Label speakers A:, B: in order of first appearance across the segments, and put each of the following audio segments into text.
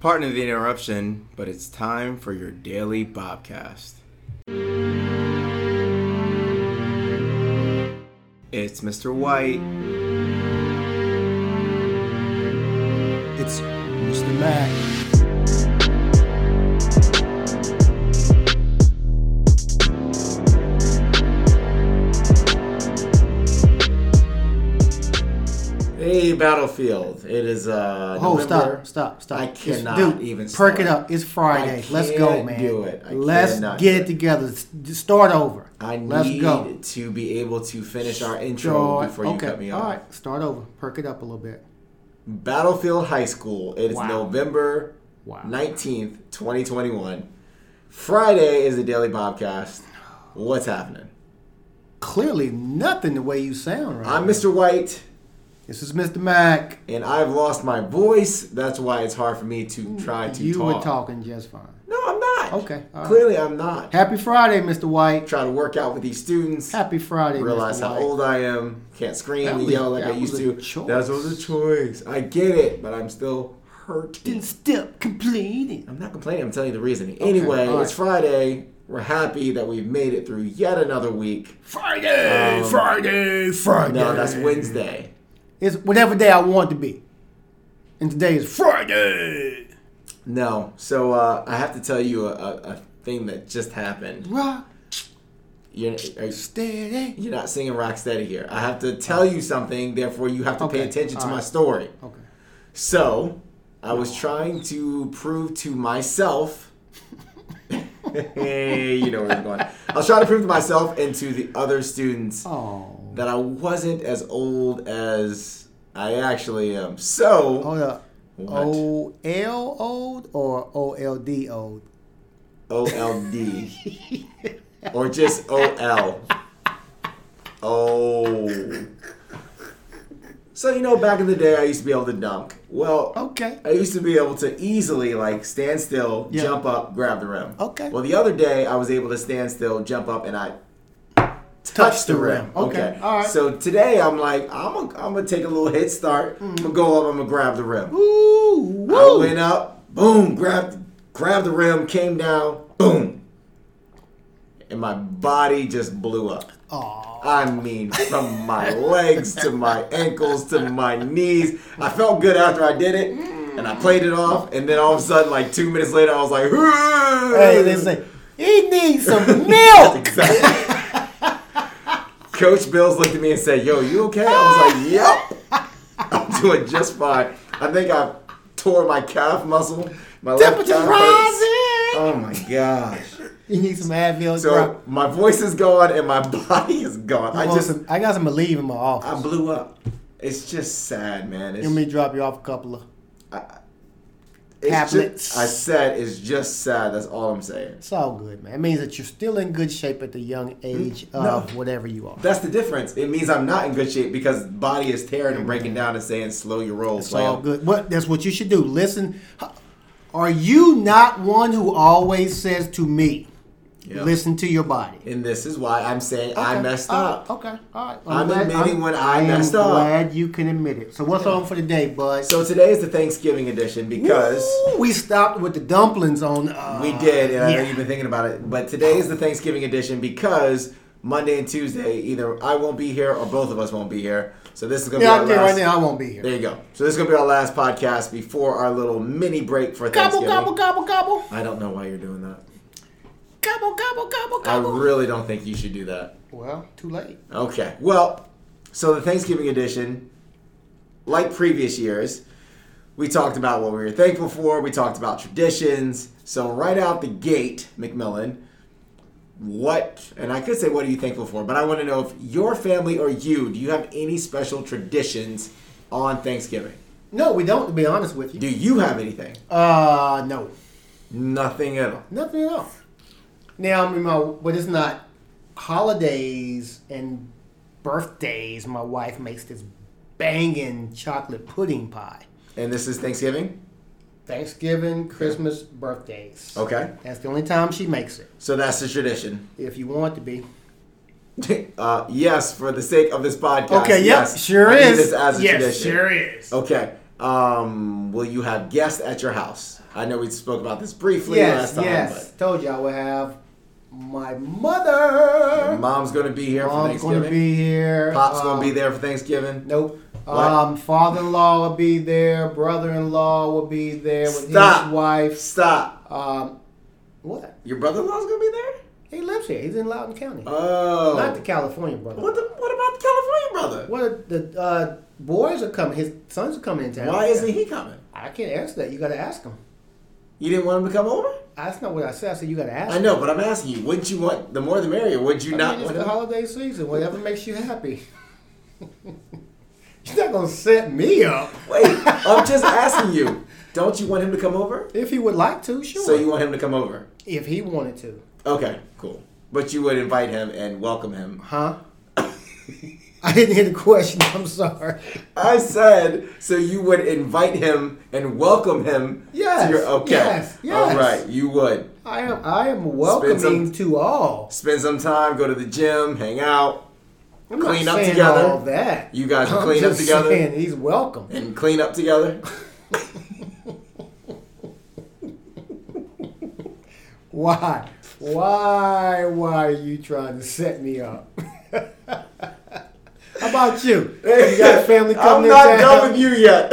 A: Pardon the interruption, but it's time for your daily Bobcast. It's Mr. White.
B: It's Mr. Mac.
A: Hey, Battlefield. It is uh
B: Oh,
A: November.
B: stop, stop, stop.
A: I
B: It's-
A: cannot
B: dude,
A: even
B: Perk it
A: start.
B: up. It's Friday.
A: I
B: Let's go,
A: can't
B: man.
A: do it. I
B: Let's
A: cannot
B: get
A: do
B: it
A: it.
B: together. S- Start over.
A: I need
B: Let's go.
A: to be able to finish our intro
B: Start-
A: before you
B: okay.
A: cut me
B: All
A: off.
B: right. Start over. Perk it up a little bit.
A: Battlefield High School. It is
B: Wow.
A: November
B: Wow.
A: 19th, 2021. Friday is the Daily Bobcast. What's happening?
B: Clearly, nothing the way you sound right.
A: I'm
B: now.
A: Mr. White,
B: This is Mr. Mac.
A: and I've lost my voice. That's why it's hard for me to try to
B: you
A: talk.
B: were talking just fine.
A: No, I'm not.
B: Okay, all right.
A: Clearly, I'm not.
B: Happy Friday, Mr. White.
A: Try to work out with these students.
B: Happy Friday,
A: Realize
B: Mr.
A: how
B: White.
A: old I am. Can't scream
B: That
A: and
B: was-
A: yell like I
B: that
A: used
B: was a
A: to.
B: choice.
A: That was a choice. I get it, but I'm still hurting.
B: Didn't step completing.
A: I'm not complaining. I'm telling you the reason. Anyway,
B: all right.
A: it's Friday. We're happy that we've made it through yet another week.
B: Friday,
A: Um,
B: Friday, Friday.
A: No, that's Wednesday.
B: It's whatever day I want it to be. And today is Friday.
A: No, so uh, I have to tell you a, a, a thing that just happened.
B: Rock
A: You're, are,
B: steady.
A: you're not singing Rocksteady here. I have to tell you something, therefore, you have to pay
B: Okay,
A: attention to
B: all
A: my
B: right.
A: story.
B: Okay.
A: So, I was trying to prove to myself. hey, you know where I'm going. I was trying to prove to myself and to the other students
B: Oh.
A: that I wasn't as old as I actually am. So,
B: Hold up.
A: What?
B: O L old or O L D old?
A: OLD. or just OL. Oh. So, you know, back in the day, I used to be able to dunk. Well,
B: Okay.
A: I used to be able to easily, like, stand still,
B: Yeah.
A: jump up, grab the rim.
B: Okay.
A: Well, the other day, I was able to stand still, jump up, and I touch the rim. Okay.
B: All right.
A: So today I'm like, I'm gonna I'm gonna take a little head start.
B: Mm-hmm.
A: I'm gonna go up. I'm gonna grab the rim.
B: Ooh,
A: I
B: woo.
A: went up, boom, grabbed grabbed the rim, came down, boom, and my body just blew up.
B: Aw.
A: I mean, from my legs to my ankles to my knees. I felt good after I did it, and I played it off. And then all of a sudden, like two minutes later, I was like,
B: Hey, they say, he needs some milk.
A: Exactly. Coach Bills looked at me and said, "Yo, you okay?" I was like, "Yep, I'm doing just fine." I think I tore my calf muscle. My left
B: Temperature's
A: calf hurts.
B: rising.
A: Oh my gosh!
B: You need some Advil. bro.
A: So my voice is gone and my body is gone. I
B: I,
A: just
B: I got some Aleve in my office.
A: I blew up. It's just sad, man. It's,
B: Let me to drop you off a couple of.
A: it's just-
B: tablets.
A: I said it's just sad. That's all I'm saying.
B: It's all good, man. It means that you're still in good shape at the young age
A: Mm-hmm. no.
B: of whatever you are.
A: That's the difference. It means I'm not in good shape because body is tearing and breaking down and saying, "Slow your roll."
B: Mm. It's
A: player."
B: all good. What that's what you should do. Listen, are you not one who always says to me,
A: Yeah.
B: "Listen to your body"?
A: And this is why I'm saying I
B: Okay.
A: messed
B: All right.
A: up.
B: Okay, all right.
A: I'm admitting when I messed
B: am
A: up.
B: Glad you can admit it. So what's on for today, bud?
A: So today is the Thanksgiving edition because
B: Ooh, we stopped with the dumplings on. Uh,
A: we did, and I know
B: yeah.
A: you've been thinking about it, but today is the Thanksgiving edition because Monday and Tuesday, either I won't be here or both of us won't be here. So this is gonna
B: Yeah,
A: be our
B: I'm there
A: last.
B: right now. I won't be
A: There
B: here.
A: you go. So this is gonna be our last podcast before our little mini break for
B: Gobble
A: Thanksgiving.
B: gobble gobble gobble
A: I don't know why you're doing that.
B: gobble gobble gobble
A: I
B: gobble.
A: really don't think you should do that.
B: well, too late.
A: Okay. Well, so the Thanksgiving edition, like previous years, we talked about what we were thankful for. We talked about traditions. So right out the gate, McMillan, what? And I could say, what are you thankful for? But I want to know if your family or you, do you have any special traditions on Thanksgiving?
B: No, we don't. To be honest with you,
A: Do you have anything?
B: uh, no.
A: Nothing at all.
B: Nothing at all. Now, I mean, my, but it's not holidays and birthdays. My wife makes this banging chocolate pudding pie.
A: And this is Thanksgiving.
B: Thanksgiving, Christmas, birthdays.
A: Okay.
B: That's the only time she makes it,
A: So that's the tradition.
B: if you want it to be.
A: uh, yes, for the sake of this podcast.
B: Okay, yep,
A: yes,
B: sure
A: I need
B: is.
A: This as a
B: yes,
A: tradition.
B: sure is.
A: Okay. Um, will you have guests at your house? I know we spoke about this briefly
B: Yes,
A: last time,
B: yes. Told you I would have my mother.
A: but your mom's going to be here for
B: Mom's
A: Thanksgiving.
B: gonna be here.
A: Pop's
B: Um,
A: going to be there for Thanksgiving.
B: Nope.
A: What?
B: Um, father-in-law will be there. Brother-in-law will be there with
A: Stop.
B: his wife.
A: Stop.
B: Um, what?
A: Your brother-in-law's going to be there?
B: He lives here. He's in Loudoun County.
A: Oh.
B: Not the California brother.
A: what, the, what about the California brother?
B: What the uh, boys are coming? His sons are coming in town.
A: Why isn't he coming?
B: I can't answer that. You got to ask him.
A: You didn't want him to come over?
B: That's not what I said. I said you got to ask.
A: I know, but I'm asking you, wouldn't you want the more the merrier? Would you
B: I
A: not
B: mean, it's
A: want
B: the
A: him?
B: holiday season. Whatever makes you happy. You're not gonna set me up.
A: Wait, I'm just asking you. Don't you want him to come over?
B: If he would like to, sure.
A: So you want him to come over?
B: if he wanted to,
A: Okay, cool. But you would invite him and welcome him.
B: huh? I didn't hear the question. I'm sorry.
A: I said so you would invite him and welcome him.
B: Yes,
A: To your, okay.
B: yes, yes.
A: All right. You would
B: I am. I am welcoming to all.
A: spend some time, go to the gym, hang out,
B: I'm
A: Clean
B: not
A: up
B: saying
A: together.
B: All that.
A: You guys will
B: I'm
A: clean up
B: just
A: together?
B: saying he's welcome.
A: and clean up together.
B: Why? Why? Why are you trying to set me up? How about you? You got family
A: I'm
B: coming
A: not
B: in town?
A: done with you yet.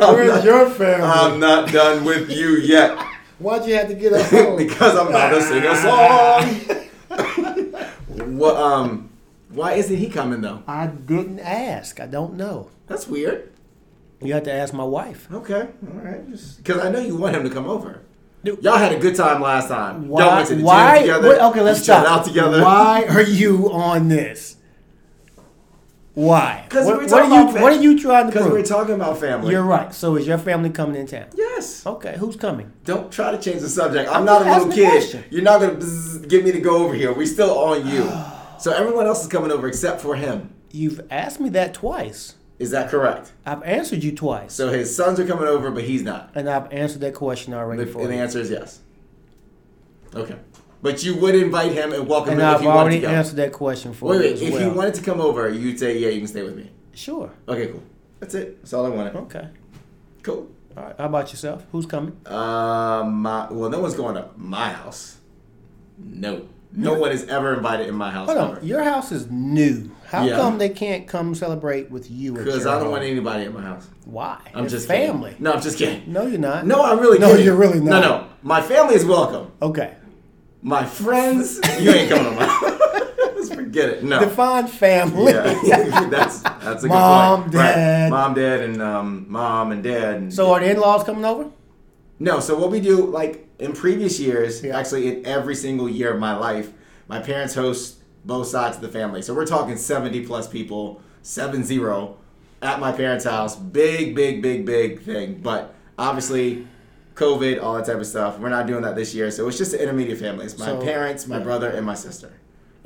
A: I'm
B: Where's
A: not-
B: your family?
A: I'm not done with you yet.
B: Why'd you have to get up home?
A: because I'm not gonna sing a song. what? Um, why isn't he coming though?
B: I didn't ask. I don't know.
A: That's weird.
B: You have to ask my wife.
A: Okay, all right. Because I know you want him to come over.
B: Dude.
A: Y'all had a good time last time. Y'all
B: Why?
A: went to the
B: why?
A: gym together.
B: what- okay, let's
A: you chilled
B: stop.
A: out together.
B: Why are you on this? Why?
A: 'Cause
B: what,
A: we're
B: what
A: talking
B: are you?
A: about fa-
B: What are you trying to
A: Because we're
B: prove?
A: talking about family.
B: You're right. So is your family coming in town?
A: yes.
B: Okay, who's coming?
A: Don't try to change the subject. I'm, not a little
B: asking a
A: kid.
B: question.
A: You're not gonna bzz, get me to go over here. We still on you. so everyone else is coming over except for him.
B: You've asked me that twice.
A: Is that correct?
B: I've answered you twice,
A: So his sons are coming over, but he's not.
B: and I've answered that question already
A: The,
B: for
A: and the
B: you.
A: answer is yes. Okay. But you would invite him and welcome
B: And
A: him if
B: I've
A: he wanted to
B: already
A: go.
B: answered that question for
A: wait,
B: you
A: wait.
B: as
A: If
B: well.
A: he wanted to come over, you'd say, yeah, you can stay with me.
B: sure.
A: Okay, cool. That's it. That's all I wanted.
B: Okay.
A: Cool.
B: All right. How about yourself? Who's coming?
A: Um, my, well, no one's going to my house. No. No one is ever invited in my house
B: Hold
A: ever.
B: on. Your house is new. How
A: Yeah.
B: come they can't come celebrate with you? at
A: Because
B: your
A: I don't
B: home?
A: want anybody at my house.
B: Why?
A: I'm
B: It's
A: just kidding.
B: family.
A: No, I'm just kidding.
B: No, you're not.
A: No, I'm really
B: No,
A: kidding.
B: you're really
A: No,
B: not.
A: no. My family is welcome.
B: Okay.
A: My friends, you ain't coming to my house. Forget it. No.
B: Define family.
A: Yeah, that's that's a good
B: Mom,
A: point. right.
B: dad.
A: mom, dad, and um, mom and dad. And,
B: So are the in-laws coming over?
A: no, so what we do like in previous years,
B: Yeah.
A: actually in every single year of my life, my parents host both sides of the family. So we're talking seventy plus people, seven zero, at my parents' house. Big, big, big, big thing. But obviously. COVID, all that type of stuff. We're not doing that this year, so it's just the intermediate families: my
B: So-
A: parents, my brother, and my sister,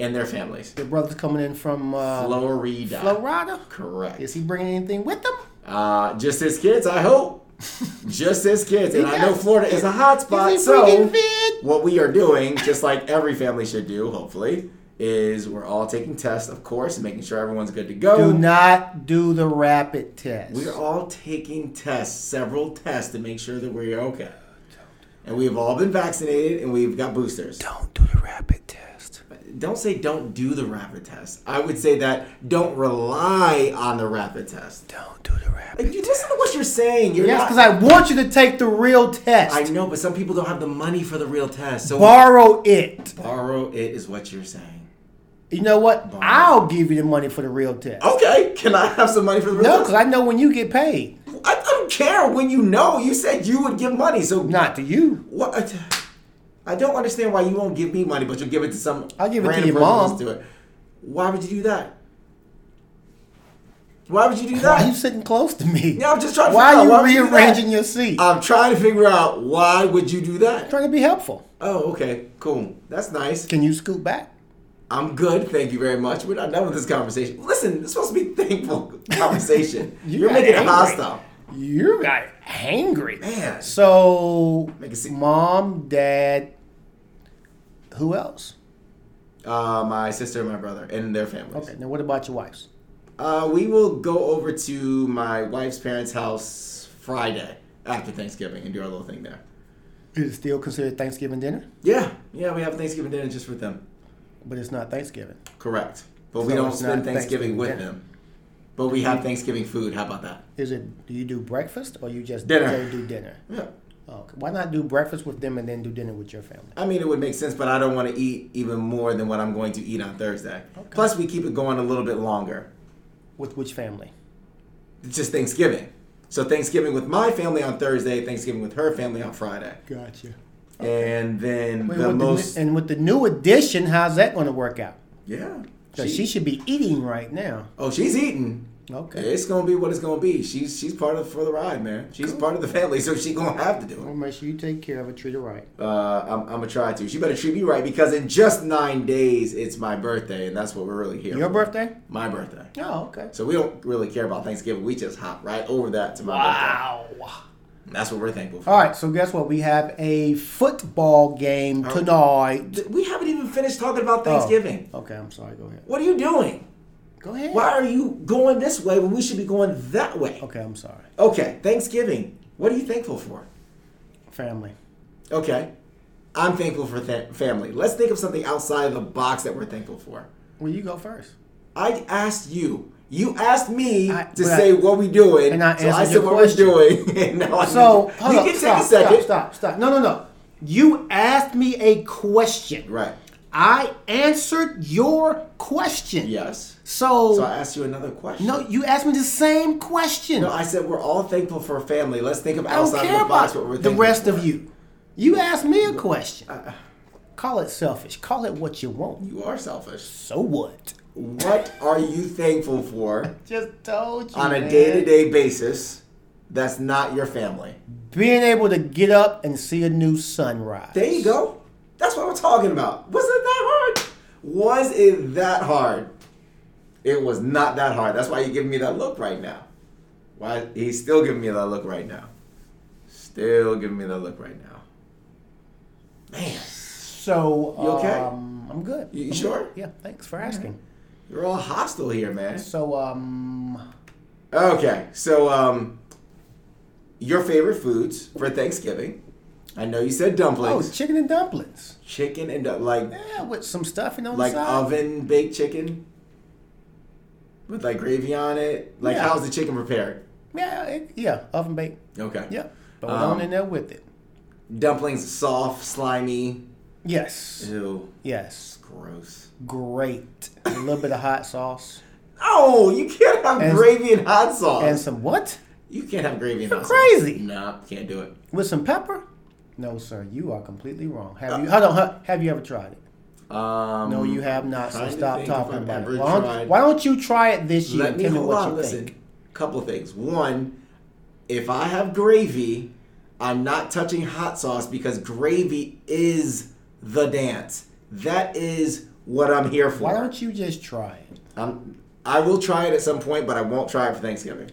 A: and their families.
B: Your brother's coming in from uh,
A: Florida,
B: Florida.
A: correct?
B: Is he bringing anything with him?
A: Uh, just his kids, I hope. just his kids. And I know
B: Yes.
A: Florida is a hot spot.
B: is he bringing
A: So,
B: vid?
A: what we are doing, just like every family should do, hopefully, is we're all taking tests, of course, and making sure everyone's good to go.
B: Do not do the rapid test.
A: we are all taking tests, several tests, to make sure that we're okay. And we've all been vaccinated and we've got boosters.
B: Don't do the rapid test.
A: Don't say don't do the rapid test. I would say that don't rely on the rapid test.
B: Don't do the rapid.
A: Like, you listen to what you're saying. You're
B: Yes,
A: not-
B: because I want you to take the real test.
A: I know, but some people don't have the money for the real test. So
B: Borrow it.
A: borrow it is what you're saying.
B: You know what? I'll give you the money for the real test.
A: Okay, can I have some money for the real
B: No,
A: test?
B: because I know when you get paid.
A: I don't care when you know. You said you would give money, so
B: Not to you.
A: what? I don't understand why you won't give me money, but you'll give it to some.
B: I'll give it to
A: random
B: your
A: person
B: mom.
A: who's doing it. Why would you do that? Why would you do
B: Why are you
A: that?
B: sitting close to me?
A: Yeah, I'm Uh, just trying to
B: Why
A: figure out
B: are you
A: why would you do that?
B: rearranging your seat?
A: I'm trying to figure out why would you do that?
B: trying to be helpful.
A: Oh, okay, cool. That's nice.
B: Can you scoot back?
A: I'm good, thank you very much. We're not done with this conversation. Listen, it's supposed to be thankful conversation.
B: You
A: You're
B: got
A: making it
B: angry.
A: hostile.
B: You got angry.
A: Man.
B: So,
A: Make a seat.
B: mom, dad, who else?
A: Uh, my sister and my brother and their families.
B: Okay, now what about your wives?
A: Uh, we will go over to my wife's parents' house Friday after Thanksgiving and do our little thing there.
B: Is it still considered Thanksgiving dinner?
A: Yeah, yeah, we have Thanksgiving dinner just with them.
B: But it's not Thanksgiving.
A: Correct. But we
B: So
A: don't
B: it's
A: spend
B: not
A: Thanksgiving,
B: Thanksgiving
A: with
B: dinner.
A: them. But we have Thanksgiving food. How about that?
B: Is it? Do you do breakfast or you just
A: Dinner.
B: they do dinner?
A: Yeah.
B: Okay. Why not do breakfast with them and then do dinner with your family?
A: I mean, it would make sense, but I don't want to eat even more than what I'm going to eat on Thursday.
B: Okay.
A: Plus, we keep it going a little bit longer.
B: With which family?
A: It's just Thanksgiving. So Thanksgiving with my family on Thursday, Thanksgiving with her family on Friday,
B: Gotcha.
A: and then
B: Wait,
A: the
B: with the
A: most
B: new- and with the new addition, how's that going to work out?
A: yeah.
B: 'Cause she, should be eating right now.
A: oh, she's eating.
B: Okay.
A: It's gonna be what it's gonna be. She's she's part of for the ride, man. She's part of the family, so she gonna have to do it.
B: Well, make sure you take care of it, treat her right.
A: Uh, I'm, I'm gonna try to. She better treat me right because in just nine days it's my birthday, and that's what we're really here.
B: Your
A: for.
B: birthday?
A: My birthday.
B: Oh, okay.
A: So we don't really care about Thanksgiving. We just hop right over that to my birthday. That's what we're thankful for.
B: All right, so guess what? We have a football game
A: Oh.
B: tonight.
A: Th- We haven't even finished talking about Thanksgiving.
B: Oh, okay, I'm sorry. Go ahead.
A: What are you doing?
B: Go ahead.
A: Why are you going this way when we should be going that way?
B: Okay, I'm sorry.
A: Okay, Thanksgiving. What are you thankful for?
B: Family.
A: Okay, I'm thankful for th- family. Let's think of something outside of the box that we're thankful for.
B: Well, you go first.
A: I asked you. You asked me
B: I-
A: to
B: but I-
A: say what we doing,
B: and I
A: so I
B: answered
A: said
B: your
A: what
B: question.
A: we're doing. And now I
B: So,
A: you
B: hold
A: can
B: up,
A: take
B: stop,
A: a second.
B: stop, stop, stop. No, no, no. You asked me a question.
A: Right.
B: I answered your question.
A: Yes.
B: So,
A: So I asked you another question.
B: no, you asked me the same question.
A: No, I said we're all thankful for family. Let's think of
B: I don't
A: outside
B: care
A: the box
B: about
A: what we're
B: the
A: thankful
B: rest
A: for.
B: of you. You asked me a question.
A: uh,
B: Call it selfish. Call it what you want.
A: You are selfish.
B: So what?
A: What are you thankful for
B: Just told you.
A: on a
B: man.
A: day to day basis that's not your family?
B: Being able to get up and see a new sunrise.
A: There you go. That's what we're talking about. Was it that hard? Was it that hard? It was not that hard. That's why you're giving me that look right now. Why he's still giving me that look right now. Still giving me that look right now. Man,
B: So,
A: You okay?
B: um, I'm good.
A: You- you
B: I'm good.
A: sure?
B: Yeah, thanks for asking.
A: you're all hostile here, man.
B: So, um,
A: Okay, so um, your favorite foods for Thanksgiving? I know you said
B: oh,
A: dumplings,
B: chicken and dumplings.
A: chicken, and du- like
B: Yeah, with some stuffing on
A: like
B: the side.
A: oven baked chicken with like gravy on it. Like,
B: Yeah.
A: how's the chicken prepared?
B: Yeah, it, yeah, oven baked.
A: Okay.
B: Yeah, throw it
A: Um,
B: on in there with it.
A: Dumplings soft, slimy.
B: Yes,
A: Ew,
B: yes,
A: gross.
B: great. A little bit of hot sauce
A: Oh, you can't have
B: And-
A: gravy and hot sauce.
B: and some what?
A: you can't have gravy and
B: You're
A: hot
B: crazy.
A: sauce. Nah, can't do it.
B: With some pepper? No, sir, you are completely wrong. Have
A: Uh,
B: you? Hold on, huh, have you ever tried it?
A: Um,
B: No, you have not. So
A: trying to
B: stop
A: think if
B: talking
A: I've
B: about
A: ever
B: it. Why don't,
A: tried-
B: why don't you try it this year?
A: Let
B: and
A: me
B: tell me
A: hold
B: what
A: on.
B: you
A: Listen,
B: think.
A: couple things. One, if I have gravy, I'm not touching hot sauce because gravy is the dance. That is what I'm here for.
B: Why don't you just try it?
A: I'm, I will try it at some point, but I won't try it for Thanksgiving.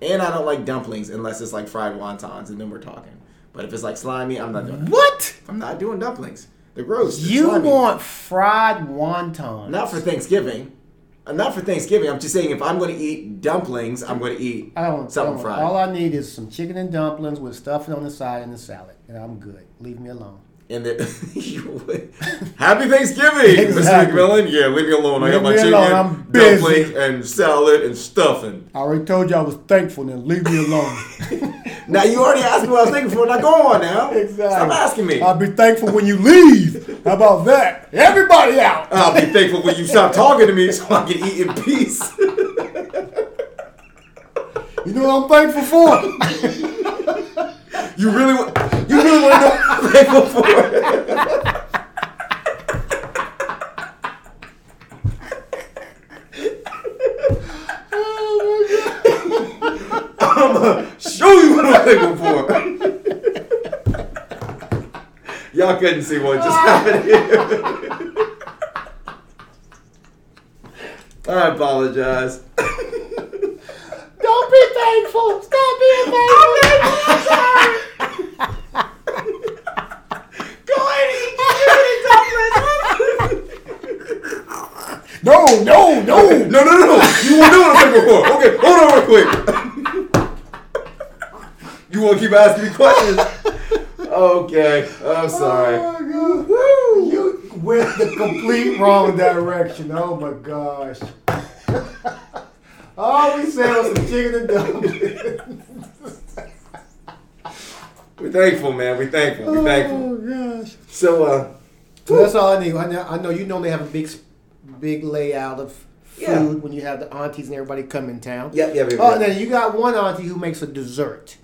A: And I don't like dumplings unless it's like fried wontons, and then we're talking. But if it's like slimy, I'm not doing. It.
B: What?
A: I'm not doing dumplings. They're gross. They're
B: You
A: slimy.
B: want fried wontons?
A: not for Thanksgiving. Uh, Not for Thanksgiving. I'm just saying if I'm going to eat dumplings, I'm going to eat
B: I don't.
A: something
B: I don't-
A: fried.
B: All I need is some chicken and dumplings with stuffing on the side and a salad, and I'm good. Leave me alone.
A: And the, you would- happy Thanksgiving, Mr.
B: Exactly.
A: McMillan. Yeah, leave me alone. I
B: Leave
A: got my
B: me
A: chicken,
B: alone. I'm busy.
A: dumplings, and salad and stuffing.
B: I already told you I was thankful. Then leave me alone.
A: Now you already asked me what I was thinking for. Now go on now. Stop asking me.
B: I'll be thankful when you leave. How about that? Everybody out.
A: I'll be thankful when you stop talking to me so I can eat in peace.
B: You know what I'm thankful for?
A: You really, wa- you really want to know what I'm thankful for? I'ma show you what I'm thankful for. Y'all couldn't see what just happened here. I apologize.
B: Don't be thankful. Stop being thankful.
A: Go ahead and eat
B: No, no, no.
A: No, no, no, no. You won't do what I'm thankful for. Okay, hold on real quick. keep asking me questions. okay, I'm sorry.
C: Oh my god. You went the complete wrong direction. Oh my gosh. All we said was some chicken and dumplings.
A: We're thankful, man. We're thankful. We're thankful.
C: Oh gosh.
A: So, uh,
B: So that's all I need. I know, I know you normally have a big, s- big layout of food
A: Yeah.
B: when you have the aunties and everybody come in town.
A: yep, yep, yep.
B: Oh,
A: yep.
B: and then you got one auntie who makes a dessert.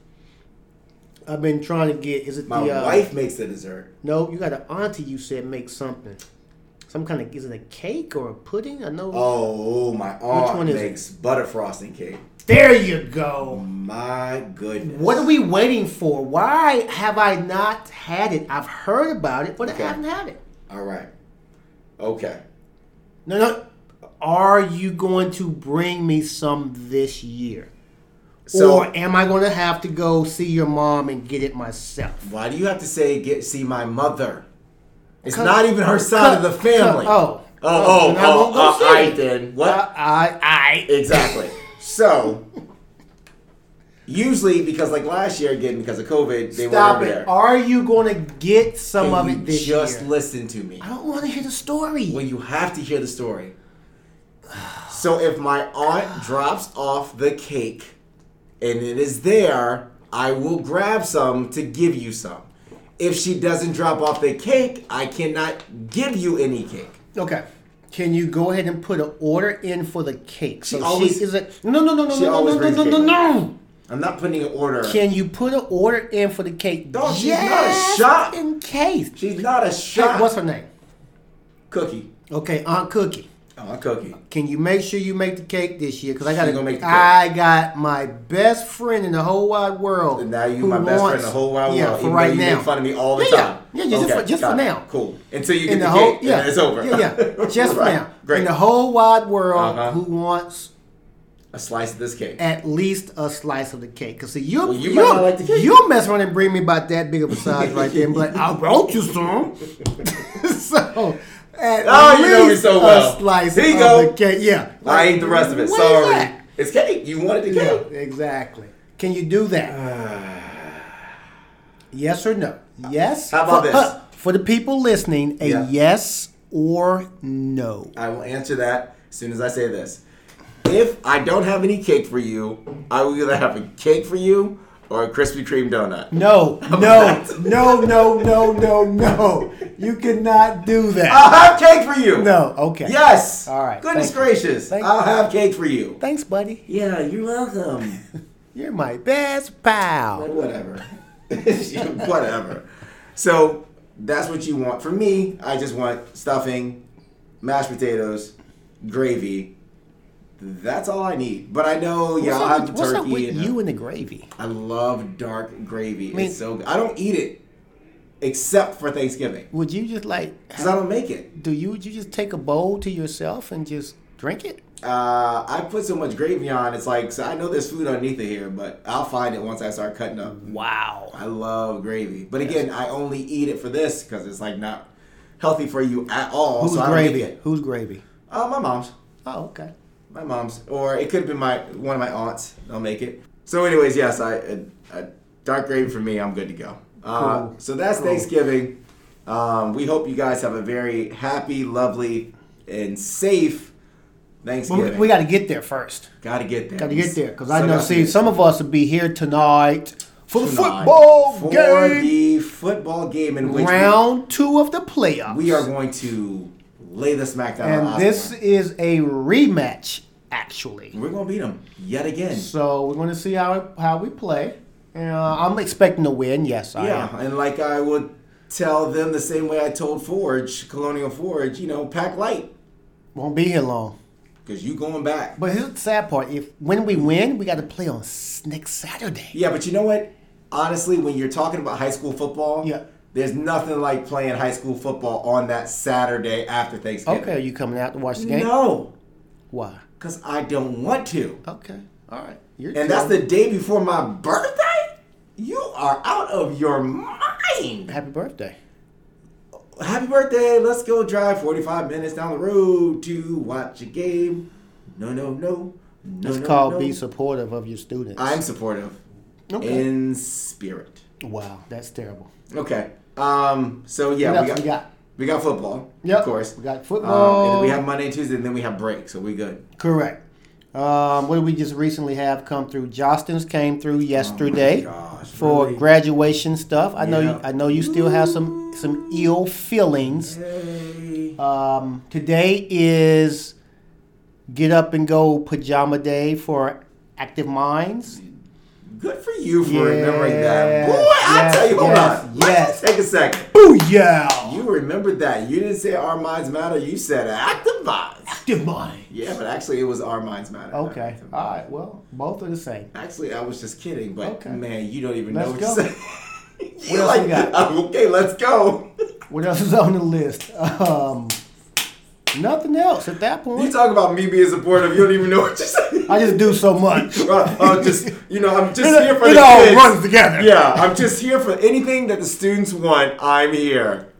B: I've been trying to get. Is it
A: My
B: the uh,
A: wife makes the dessert.
B: No, you got an auntie. You said make something. Some kind of is it a cake or a pudding? I know.
A: Oh, my aunt
B: one is it?
A: makes butter frosting cake.
B: There you go.
A: My goodness.
B: What are we waiting for? Why have I not had it? I've heard about it, but
A: Okay.
B: I haven't had it.
A: All right. Okay.
B: No, no. Are you going to bring me some this year?
A: So,
B: or am I going to have to go see your mom and get it myself?
A: why do you have to say get see my mother? It's
B: Cut-
A: not even her side of the
B: cut-
A: family.
B: oh.
A: oh, oh,
B: Then I
A: oh,
B: won't go
A: oh,
B: see
A: all right
B: it. Uh,
A: then.
B: I,
A: What?
B: I, I.
A: Exactly. so usually because like last year again because of COVID, they weren't
B: Stop
A: over
B: it.
A: there.
B: Are you going to get some
A: Can
B: of
A: you
B: it this
A: just
B: year?
A: listen to me.
B: I don't want to hear the story.
A: When you have to hear the story. So if my aunt drops off the cake and it is there, I will grab some to give you some. If she doesn't drop off the cake, I cannot give you any cake.
B: Okay. Can you go ahead and put an order in for the cake?
A: She
B: So
A: always-
B: she is a no no no no
A: she
B: no
A: always
B: no no
A: brings
B: no
A: cake
B: no
A: with
B: no.
A: I'm not putting an order.
B: Can you put an order in for the cake?
A: Dog, she's not a
B: Just
A: shop.
B: In case.
A: She's not a
B: Hey,
A: shot.
B: what's her name?
A: cookie?
B: Okay, Aunt Cookie.
A: Oh, a cookie.
B: Can you make sure you make the cake this year? Because I got
A: She gonna make the cake.
B: I got my best friend in the whole wide world.
A: And now you
B: who
A: my best friend in
B: wants-
A: the whole wide
B: Yeah,
A: world.
B: for
A: even
B: right
A: though you
B: now.
A: make fun of me all the
B: Yeah, yeah.
A: time.
B: Yeah, yeah, just for- just
A: got
B: for
A: it.
B: now.
A: Cool. Until you get
B: in
A: the,
B: the whole
A: cake,
B: yeah
A: and it's over.
B: yeah yeah just
A: Right.
B: now
A: Great.
B: in the whole wide world
A: Uh-huh.
B: who wants
A: a slice of this cake.
B: at least a slice of the cake because see you
A: Well, you
B: you
A: might not like the cake.
B: you'll mess around and bring me about that big of a size right there and be like I brought you some so at
A: Oh, you know me
B: least
A: so well.
B: a slice
A: Here you
B: of
A: go.
B: the cake yeah
A: I ate the rest of it.
B: what is
A: Sorry.
B: that?
A: It's cake. You wanted the
B: yeah
A: cake.
B: exactly can you do that yes or no yes
A: How about
B: for,
A: this?
B: for the people listening a
A: Yeah.
B: yes or no
A: I will answer that as soon as I say this. If I don't have any cake for you, I will either have a cake for you or a Krispy Kreme donut.
B: No, no,
A: about
B: no, no, no, no, no. You cannot do that.
A: I'll have cake for you.
B: No, okay.
A: Yes.
B: All right,
A: Goodness
B: thank you.
A: gracious.
B: Thank
A: I'll
B: you.
A: have cake for you.
B: Thanks, buddy.
A: Yeah, you're welcome.
B: You're my best pal.
A: whatever. whatever. So that's what you want. For me, I just want stuffing, mashed potatoes, gravy. That's all I need. But I know, yeah,
B: what's
A: I'll
B: up
A: have
B: with,
A: the
B: what's up
A: turkey.
B: with
A: and
B: you and the gravy?
A: I love dark gravy.
B: mean-
A: it's so good. I don't eat it except for Thanksgiving
B: Would you just like
A: because I don't make it.
B: do you would you just take a bowl to yourself and just drink it?
A: Uh, I put so much gravy on. It's like so I know there's food underneath it here, but I'll find it once I start cutting up.
B: Wow.
A: I love gravy, but again, I only eat it for this because it's like not healthy for you at all.
B: Who's
A: so I don't eat
B: gravy?
A: it.
B: Who's gravy?
A: Uh, my mom's,
B: Oh, okay.
A: my mom's, or it could have been my one of my aunts. I'll make it. So, anyways, yes, I, I, I dark gravy for me. I'm good to go. Uh,
B: Cool.
A: So that's
B: Cool.
A: Thanksgiving. Um, we hope you guys have a very happy, lovely, and safe
B: Well, we,
A: Thanksgiving.
B: we got to get there first.
A: gotta get there.
B: Got to get there because I
A: Still
B: know.
A: gotta
B: See,
A: get
B: some of us will be here tonight for the
A: tonight
B: football
A: for
B: game,
A: the football game in which we-
B: round two of the playoffs.
A: We are going to lay the smack down on
B: And
A: Osborne.
B: this is a rematch, actually.
A: We're going to beat them yet again.
B: So we're going to see how how we play. Uh, I'm expecting to win. Yes, I
A: yeah,
B: am.
A: and like I would tell them the same way I told Forge, Colonial Forge, you know, pack light
B: Won't be here long.
A: because you going back.
B: But here's the sad part: if when we win, we got to play on s- next Saturday.
A: yeah, but you know what? Honestly, when you're talking about high school football,
B: Yeah.
A: there's nothing like playing high school football on that Saturday after Thanksgiving.
B: Okay, are you coming out to watch the game?
A: No,
B: Why?
A: because I don't want to.
B: Okay, all right. You're
A: And that's the day before my birthday? You are out of your mind.
B: happy birthday.
A: Happy birthday! Let's go drive 45 minutes down the road to watch a game. No, no, no. no
B: It's
A: no,
B: called
A: no.
B: be supportive of your students.
A: I'm supportive.
B: Okay.
A: in spirit.
B: wow, that's terrible.
A: Okay. Um, so yeah,
B: what
A: we
B: else
A: got,
B: we got?
A: we got football,
B: Yep.
A: of course.
B: We got
A: Um, and
B: football.
A: then we have Monday and Tuesday, and then we have break, so we good.
B: Correct. Um, what did we just recently have come through? Jostins came through yesterday
A: Oh gosh,
B: for
A: really?
B: graduation stuff. I know. You,
A: Yeah.
B: I know you still have some some ill feelings.
A: Hey.
B: Um, today is get up and go pajama day for active minds.
A: Good for you for remembering that.
B: Yes,
A: Boy, I'll
B: yes,
A: tell you, hold
B: yes,
A: on.
B: yes.
A: Take a second.
B: Oh yeah,
A: You remembered that. You didn't say our minds matter. You said active minds.
B: active minds.
A: Yeah, but actually, it was our minds matter. not
B: Okay.
A: active
B: All
A: minds.
B: right. Well, both are the same.
A: Actually, I was just kidding, but
B: Okay.
A: man, you don't even know what
B: Let's
A: to
B: go.
A: say. You're
B: else
A: like,
B: we got?
A: "I'm okay, let's go.
B: What else is on the list? Um, nothing else at that
A: You
B: point.
A: talk about me being supportive. You don't even know what you're saying.
B: I just do so much.
A: Right, I'm just, you know, I'm just
B: It-
A: here for
B: it
A: the
B: all
A: kids.
B: runs together.
A: Yeah, I'm just here for anything that the students want. I'm here.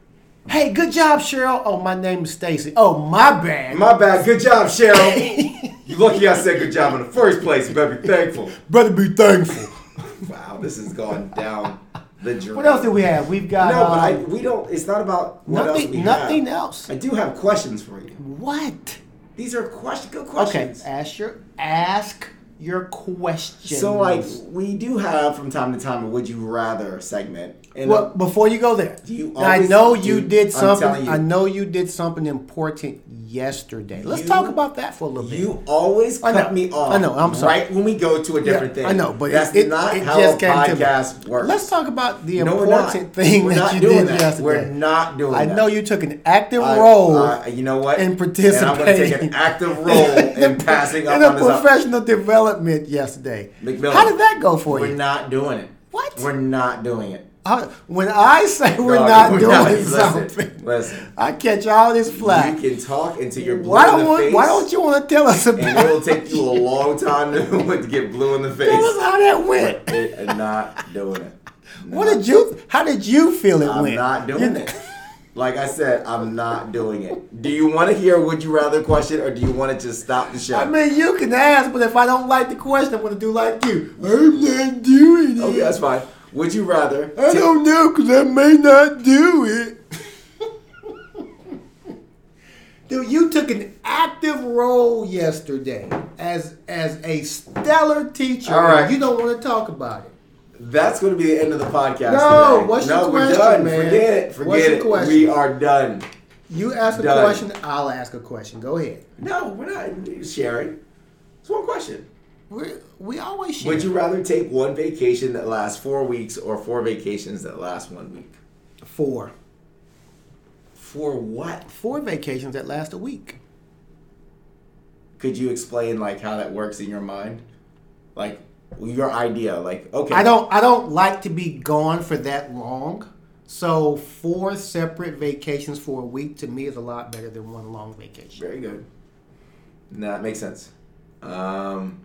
B: Hey, good job, Cheryl. Oh, my name is Stacy. Oh, my bad.
A: My bad. Good job, Cheryl. you lucky I said good job in the first place. You better be thankful.
B: Better be thankful.
A: Wow, this has gone down the drain.
B: What else do we have? We've got
A: No, but I,
B: um,
A: we don't. It's not about what
B: nothing.
A: else we
B: nothing
A: have.
B: else.
A: I do have questions for you.
B: um, What?
A: These are question, good
B: Okay,
A: questions.
B: ask your ask your questions.
A: So, like, we do have from time to time a "Would You Rather" segment. And
B: well, before you go there,
A: Do you
B: I
A: always-
B: know you
A: dude, I'm
B: did something.
A: telling you.
B: I know you did something important yesterday. Let's
A: You-
B: talk about that for a little bit.
A: you always
B: I
A: cut
B: know.
A: me off.
B: I know, I'm sorry.
A: Right when we go to a different
B: Yeah,
A: thing.
B: I know, but
A: that's
B: it, it-
A: not
B: it
A: how
B: just
A: a
B: came
A: podcast
B: to me.
A: works.
B: Let's talk about the
A: No, we're not.
B: important thing
A: We're
B: that
A: not
B: you
A: doing
B: did
A: that.
B: yesterday.
A: We're not doing
B: I
A: that.
B: know you took an active
A: I-
B: role.
A: I- you know what? And
B: in
A: I'm going to take
B: participating.
A: an active role in passing up
B: in a
A: on this. op-
B: professional development yesterday.
A: McMillan,
B: How did that go for
A: we're
B: you?
A: not doing it.
B: What?
A: We're not doing it.
B: How- when I say we're
A: Dog,
B: not doing
A: listen,
B: something,
A: Listen,
B: I catch all this flack.
A: you can talk into your blue
B: Why
A: in
B: don't
A: the
B: want,
A: face.
B: Why don't you want to tell us about?
A: And it will take you a long time to get blue in the face.
B: tell us how that went.
A: it and not doing it.
B: What did you? How did you feel it
A: I'm
B: went?
A: not doing
B: You-
A: it. Like I said, I'm not doing it. Do you want to hear would you rather question or do you want to just stop the show?
B: I mean, you can ask, but if I don't like the question, I'm gonna do like you. I'm not doing it.
A: okay, that's fine. Would you rather?
B: I don't know because I may not do it. Dude, you took an active role yesterday as as a stellar teacher.
A: All right.
B: and You don't want to talk about it.
A: That's going to be the end of the podcast.
B: No,
A: today.
B: what's
A: no,
B: your
A: we're
B: question,
A: done.
B: man?
A: Forget it. Forget
B: What's your
A: it.
B: question?
A: We are done.
B: You ask a
A: Done.
B: question, I'll ask a question. Go ahead.
A: No, we're not sharing. It's one question.
B: We we always share.
A: Would you rather take one vacation that lasts four weeks or four vacations that last one week?
B: four
A: For what?
B: four vacations that last a week?
A: Could you explain like how that works in your mind? Like your idea, like okay.
B: I don't I don't like to be gone for that long. So four separate vacations for a week to me is a lot better than one long vacation.
A: Very good. No, that makes sense. Um,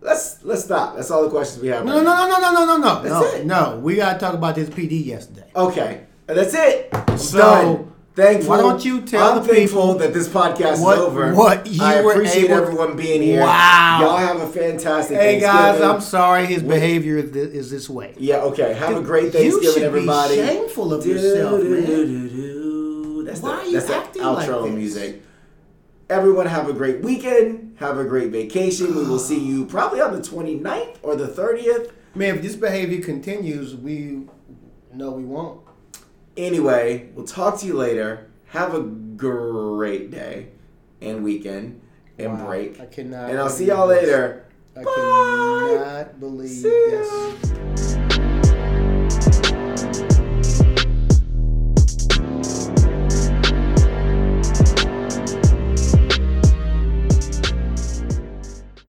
A: let's let's stop. That's all the questions we have.
B: No, no,
A: right
B: no, no, no, no, no, no,
A: That's
B: no,
A: it. Oh,
B: no. We gotta talk about this PD yesterday.
A: now. Okay, And that's it. I'm
B: So,
A: done. Thankful.
B: why don't you tell
A: I'm
B: the
A: thankful
B: people
A: that this podcast is
B: what-
A: over.
B: what you
A: I
B: were
A: appreciate
B: able-
A: everyone being here.
B: Wow.
A: Y'all have a fantastic.
B: Hey guys,
A: Thanksgiving.
B: I'm sorry his behavior is thi- is this way.
A: Yeah. Okay. Have a
B: Dude,
A: great
B: you
A: Thanksgiving,
B: should be
A: everybody.
B: shameful of yourself, man.
A: man. That's
B: Why
A: the,
B: are you
A: that's the
B: acting like
A: outro
B: this?
A: music. Everyone have a great weekend. Have a great vacation. We will see you probably on the 29th or the 30th.
B: Man, if this behavior continues, we no, we won't.
A: Anyway, we'll talk to you later. Have a great day and weekend and
B: Wow,
A: break.
B: I cannot
A: And I'll see
B: believe
A: y'all
B: this.
A: later.
B: I
A: Bye.
B: cannot believe
A: See
B: this.
A: ya.